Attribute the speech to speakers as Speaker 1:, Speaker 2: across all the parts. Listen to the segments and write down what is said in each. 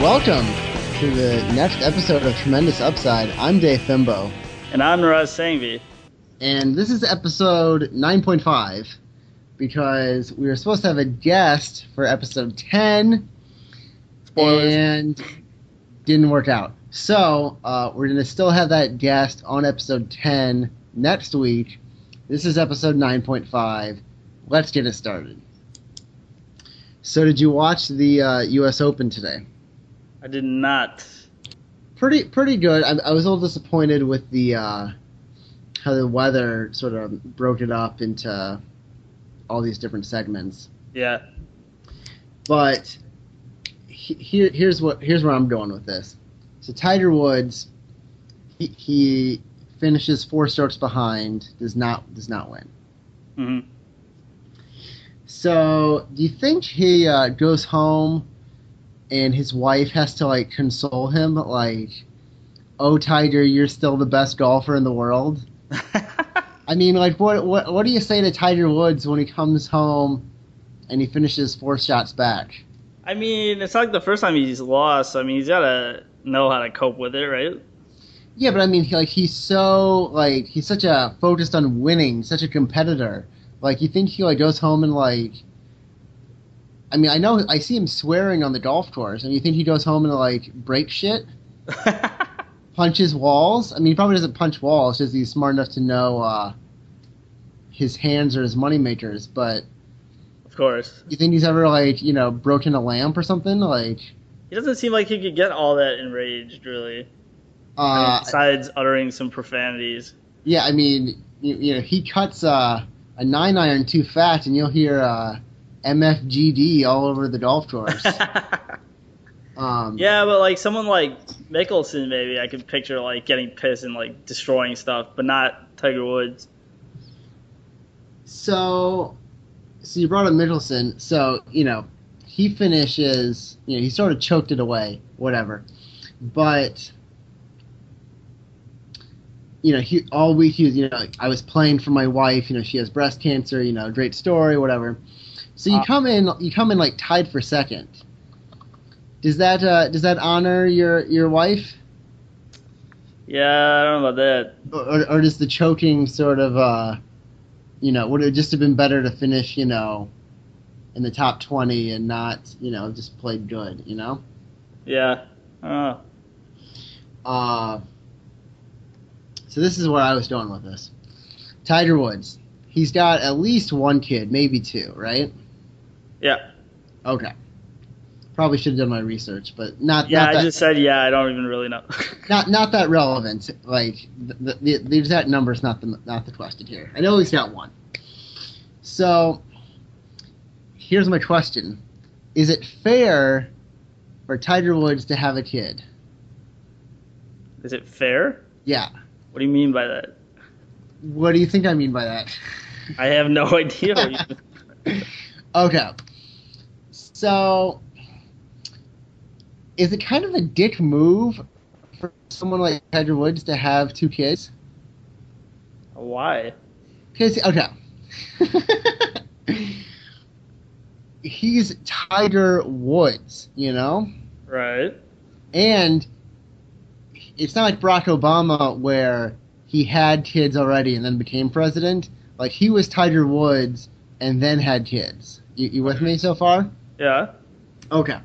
Speaker 1: Welcome to the next episode of Tremendous Upside. I'm Dave Fimbo,
Speaker 2: And I'm Naraj Sangvi.
Speaker 1: and this is episode 9.5 because we were supposed to have a guest for episode 10
Speaker 2: Spoilers.
Speaker 1: and didn't work out. So uh, we're going to still have that guest on episode 10 next week. This is episode 9.5. Let's get it started. So, did you watch the uh, U.S. Open today?
Speaker 2: I did not.
Speaker 1: pretty pretty good. I, I was a little disappointed with the uh, how the weather sort of broke it up into all these different segments.
Speaker 2: Yeah.
Speaker 1: But he, here here's what here's where I'm going with this. So Tiger Woods, he, he finishes four strokes behind. Does not does not win.
Speaker 2: hmm
Speaker 1: So do you think he uh, goes home and his wife has to like console him like, "Oh Tiger, you're still the best golfer in the world." I mean, like, what what what do you say to Tiger Woods when he comes home and he finishes four shots back?
Speaker 2: I mean, it's not like the first time he's lost. I mean, he's got to know how to cope with it, right?
Speaker 1: Yeah, but I mean, he, like, he's so like he's such a focused on winning, such a competitor. Like, you think he like goes home and like. I mean, I know I see him swearing on the golf course, and you think he goes home and like breaks shit, punches walls. I mean, he probably doesn't punch walls, just he's smart enough to know uh, his hands are his moneymakers. But
Speaker 2: of course.
Speaker 1: You think he's ever like you know broken a lamp or something? Like,
Speaker 2: He doesn't seem like he could get all that enraged, really. I mean,
Speaker 1: uh,
Speaker 2: besides uttering some profanities.
Speaker 1: yeah, I mean, you, you know, he cuts uh, a nine iron too fat, and you'll hear uh, MFGD all over the golf course.
Speaker 2: yeah,
Speaker 1: Um,
Speaker 2: but like someone like Mickelson, maybe I could picture like getting pissed and like destroying stuff, but not Tiger Woods.
Speaker 1: So, so you brought up Mickelson. So you know, he finishes. You know, he sort of choked it away. Whatever, but. You know, he all week he was. You know, like, I was playing for my wife. You know, she has breast cancer. You know, great story, whatever. So you
Speaker 2: Uh.
Speaker 1: come in, you come in like tied for second. Does that uh, does that honor your your wife,
Speaker 2: Yeah, I don't know about that.
Speaker 1: or, or, or does the choking sort of, uh, you know, would it just have been better to finish, you know, in the top 20 and not, you know, just played good, you know?
Speaker 2: Yeah. I don't know.
Speaker 1: Uh, so this is where I was going with this. Tiger Woods, he's got at least one kid, maybe two, right?
Speaker 2: Yeah.
Speaker 1: Okay. Probably should have done my research, but not
Speaker 2: Yeah,
Speaker 1: not
Speaker 2: I
Speaker 1: that
Speaker 2: just said yeah. I don't even really know.
Speaker 1: not not that relevant. Like the the, the exact number is not the not the question here. I know he's got one. So here's my question: Is it fair for Tiger Woods to have a kid?
Speaker 2: Is it fair?
Speaker 1: Yeah.
Speaker 2: What do you mean by that?
Speaker 1: What do you think I mean by that?
Speaker 2: I have no idea. what you-
Speaker 1: Okay. So is it kind of a dick move for someone like Tiger Woods to have two kids?
Speaker 2: Why?
Speaker 1: Because okay, he's Tiger Woods, you know,
Speaker 2: Right.
Speaker 1: and it's not like Barack Obama where he had kids already and then became president. Like he was Tiger Woods and then had kids. You, you with me so far?
Speaker 2: Yeah.
Speaker 1: Okay.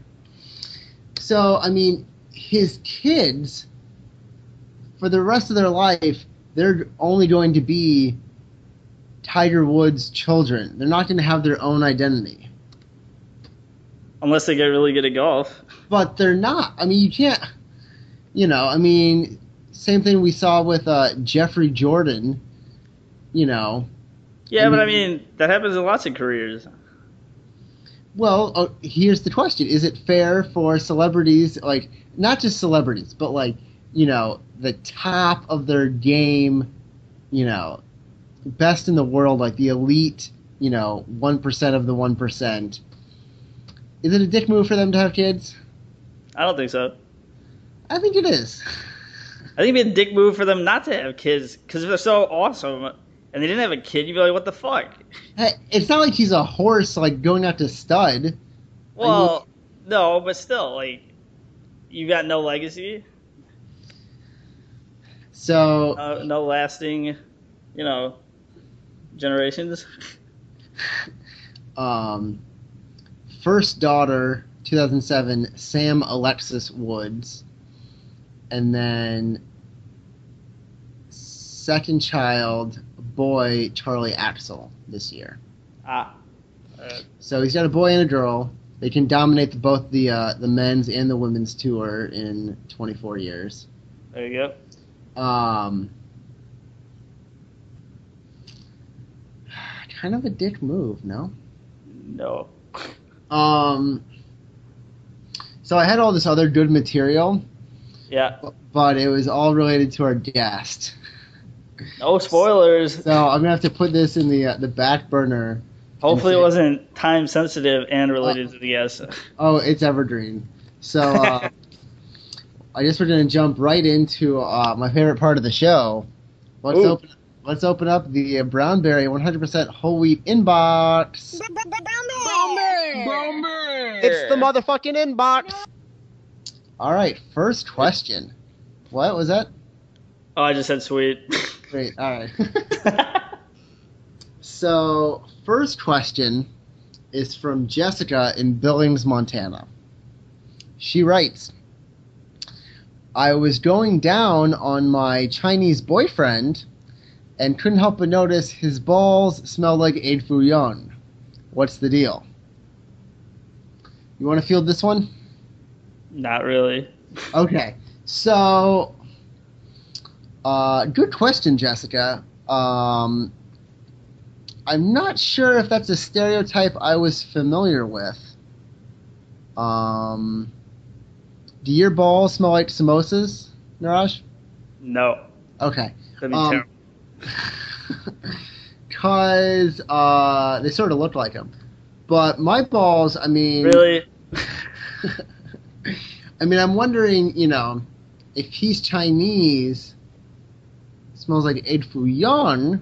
Speaker 1: So, I mean, his kids, for the rest of their life, they're only going to be Tiger Woods' children. They're not going to have their own identity.
Speaker 2: Unless they get really good at golf.
Speaker 1: But they're not. I mean, you can't, you know, I mean, same thing we saw with uh, Jeffrey Jordan, you know.
Speaker 2: Yeah, but I
Speaker 1: Mhm.
Speaker 2: mean that happens in lots of careers.
Speaker 1: Well, oh, here's the question: Is it fair for celebrities, like not just celebrities, but like you know the top of their game, you know, best in the world, like the elite, you know, one percent of the one percent, Is it a dick move for them to have kids?
Speaker 2: I don't think so.
Speaker 1: I think it is.
Speaker 2: I think it'd be a dick move for them not to have kids because they're so awesome and they didn't have a kid, you'd be like, what the fuck?
Speaker 1: Hey, It's not like he's a horse like going out to stud.
Speaker 2: Well, no, but still, like, you got no legacy,
Speaker 1: So
Speaker 2: uh, no lasting, you know, generations.
Speaker 1: um, first daughter, 2007, Sam Alexis Woods, and then second child, boy, Charlie Axel, this year.
Speaker 2: Ah. Uh,
Speaker 1: So he's got a boy and a girl. They can dominate the, both the uh, the men's and the women's tour in 24 years.
Speaker 2: there you go.
Speaker 1: Um, kind of a dick move, no?
Speaker 2: No.
Speaker 1: Um, so I had all this other good material,
Speaker 2: Yeah.
Speaker 1: bu- but it was all related to our guest.
Speaker 2: No spoilers.
Speaker 1: So I'm gonna have to put this in the uh, the back burner.
Speaker 2: Hopefully it wasn't time sensitive and related to the guest.
Speaker 1: Oh, it's evergreen. So uh, I guess we're gonna jump right into uh, my favorite part of the show. Let's
Speaker 2: Ooh.
Speaker 1: open. Let's open up the uh, Brownberry 100% whole wheat inbox.
Speaker 3: It's the motherfucking inbox.
Speaker 1: All right, first question. What was that?
Speaker 2: Oh, I just said sweet.
Speaker 1: Great. All right. So, first question is from Jessica in Billings, Montana. She writes I was going down on my Chinese boyfriend and couldn't help but notice his balls smell like Aid Fouillon. What's the deal? You want to field this one?
Speaker 2: Not really.
Speaker 1: Okay. So, uh, good question, Jessica. Um, I'm not sure if that's a stereotype I was familiar with. Um, do your balls smell like samosas, Niraj?
Speaker 2: No.
Speaker 1: Okay.
Speaker 2: That'd be
Speaker 1: Um,
Speaker 2: terrible.
Speaker 1: Because uh, they sort of look like them. But my balls, I mean.
Speaker 2: Really?
Speaker 1: I mean, I'm wondering, you know, if he's Chinese, smells like Ed Fouillon.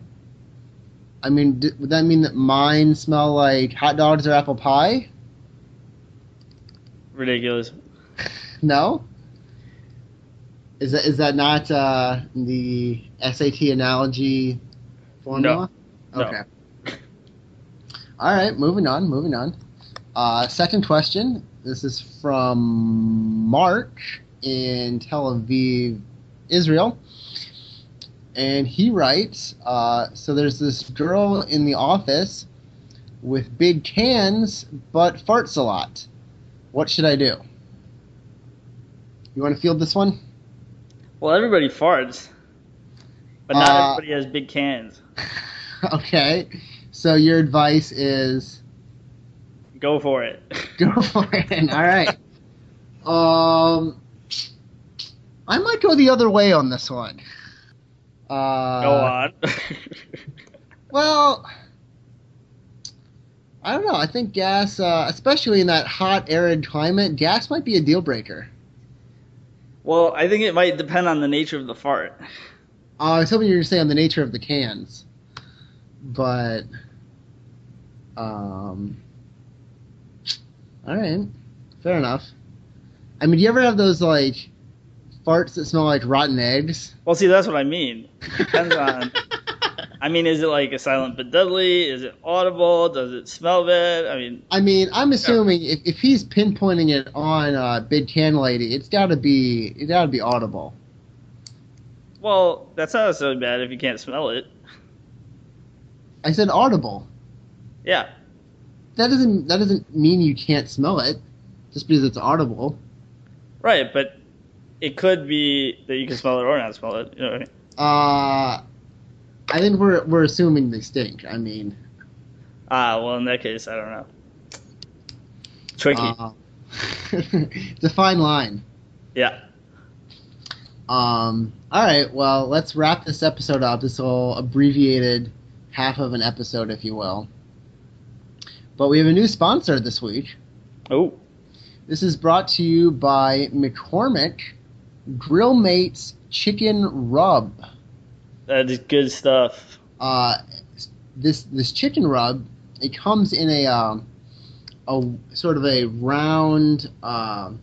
Speaker 1: I mean, d- would that mean that mine smell like hot dogs or apple pie?
Speaker 2: Ridiculous.
Speaker 1: No. Is that is that not uh, the SAT analogy formula?
Speaker 2: No.
Speaker 1: Okay. All right, moving on, moving on. Uh, second question. This is from Mark in Tel Aviv, Israel. And he writes uh, So there's this girl in the office with big cans, but farts a lot. What should I do? You want to field this one?
Speaker 2: Well, everybody farts, but not
Speaker 1: Uh,
Speaker 2: everybody has big cans.
Speaker 1: okay. So your advice is
Speaker 2: Go for it.
Speaker 1: go for it. All right. Um, I might go the other way on this one. Uh,
Speaker 2: Go on.
Speaker 1: Well, I don't know. I think gas, uh, especially in that hot, arid climate, gas might be a deal breaker.
Speaker 2: well, I think it might depend on the nature of the fart.
Speaker 1: Uh, I was hoping you were going to say on the nature of the cans, but um, all right, fair enough. I mean, do you ever have those like farts that smell like rotten eggs?
Speaker 2: Well, see, that's what I mean. Depends on. I mean, is it like a silent but deadly? Is it audible? Does it smell bad? I mean,
Speaker 1: I mean, I'm assuming if, if he's pinpointing it on uh, Big Can Lady, it's got to be it got to be audible.
Speaker 2: well, that's not so bad if you can't smell it.
Speaker 1: I said audible.
Speaker 2: Yeah.
Speaker 1: That doesn't that doesn't mean you can't smell it just because it's audible.
Speaker 2: Right, but it could be that you can smell it or not smell it. You know what I mean?
Speaker 1: Uh, I think we're we're assuming they stink. I mean.
Speaker 2: Ah, well, in that case, I don't know. Tricky.
Speaker 1: Uh, it's a fine line.
Speaker 2: yeah.
Speaker 1: Um, all right, well, let's wrap this episode up. This whole abbreviated half of an episode, if you will. But we have a new sponsor this week.
Speaker 2: Oh,
Speaker 1: This is brought to you by McCormick Grill Mates Chicken Rub.
Speaker 2: that is good stuff.
Speaker 1: Uh, this this chicken rub, it comes in a um, a sort of a round, um,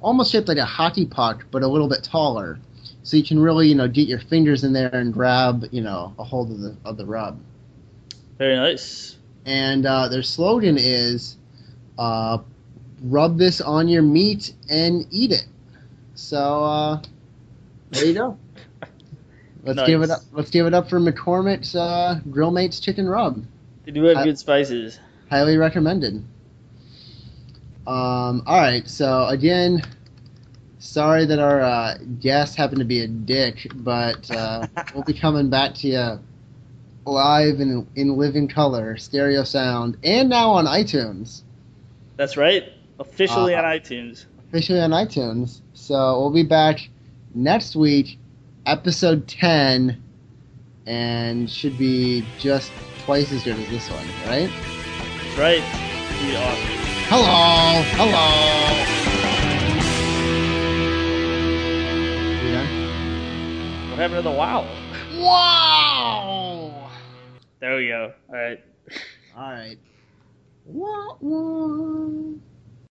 Speaker 1: almost shaped like a hockey puck, but a little bit taller. So you can really you know get your fingers in there and grab you know a hold of the of the rub.
Speaker 2: Very nice.
Speaker 1: and uh, their slogan is uh, rub this on your meat and eat it so uh, there you go let's
Speaker 2: Nice.
Speaker 1: give it up let's give it up for mccormick's uh, grill mates chicken rub
Speaker 2: They do have
Speaker 1: I-
Speaker 2: good spices.
Speaker 1: highly recommended um, all right so again sorry that our uh, guest happened to be a dick but uh, we'll be coming back to you live and in living color stereo sound and now on itunes
Speaker 2: That's right. Officially
Speaker 1: Uh,
Speaker 2: on iTunes.
Speaker 1: officially on iTunes. So we'll be back next week, episode 10, and should be just twice as good as this one, right?
Speaker 2: That's right. It'd be awesome.
Speaker 1: Hello! Hello! You done?
Speaker 2: What happened to the wow?
Speaker 1: Wow!
Speaker 2: There we go. All right.
Speaker 1: Alright. Wah, wah.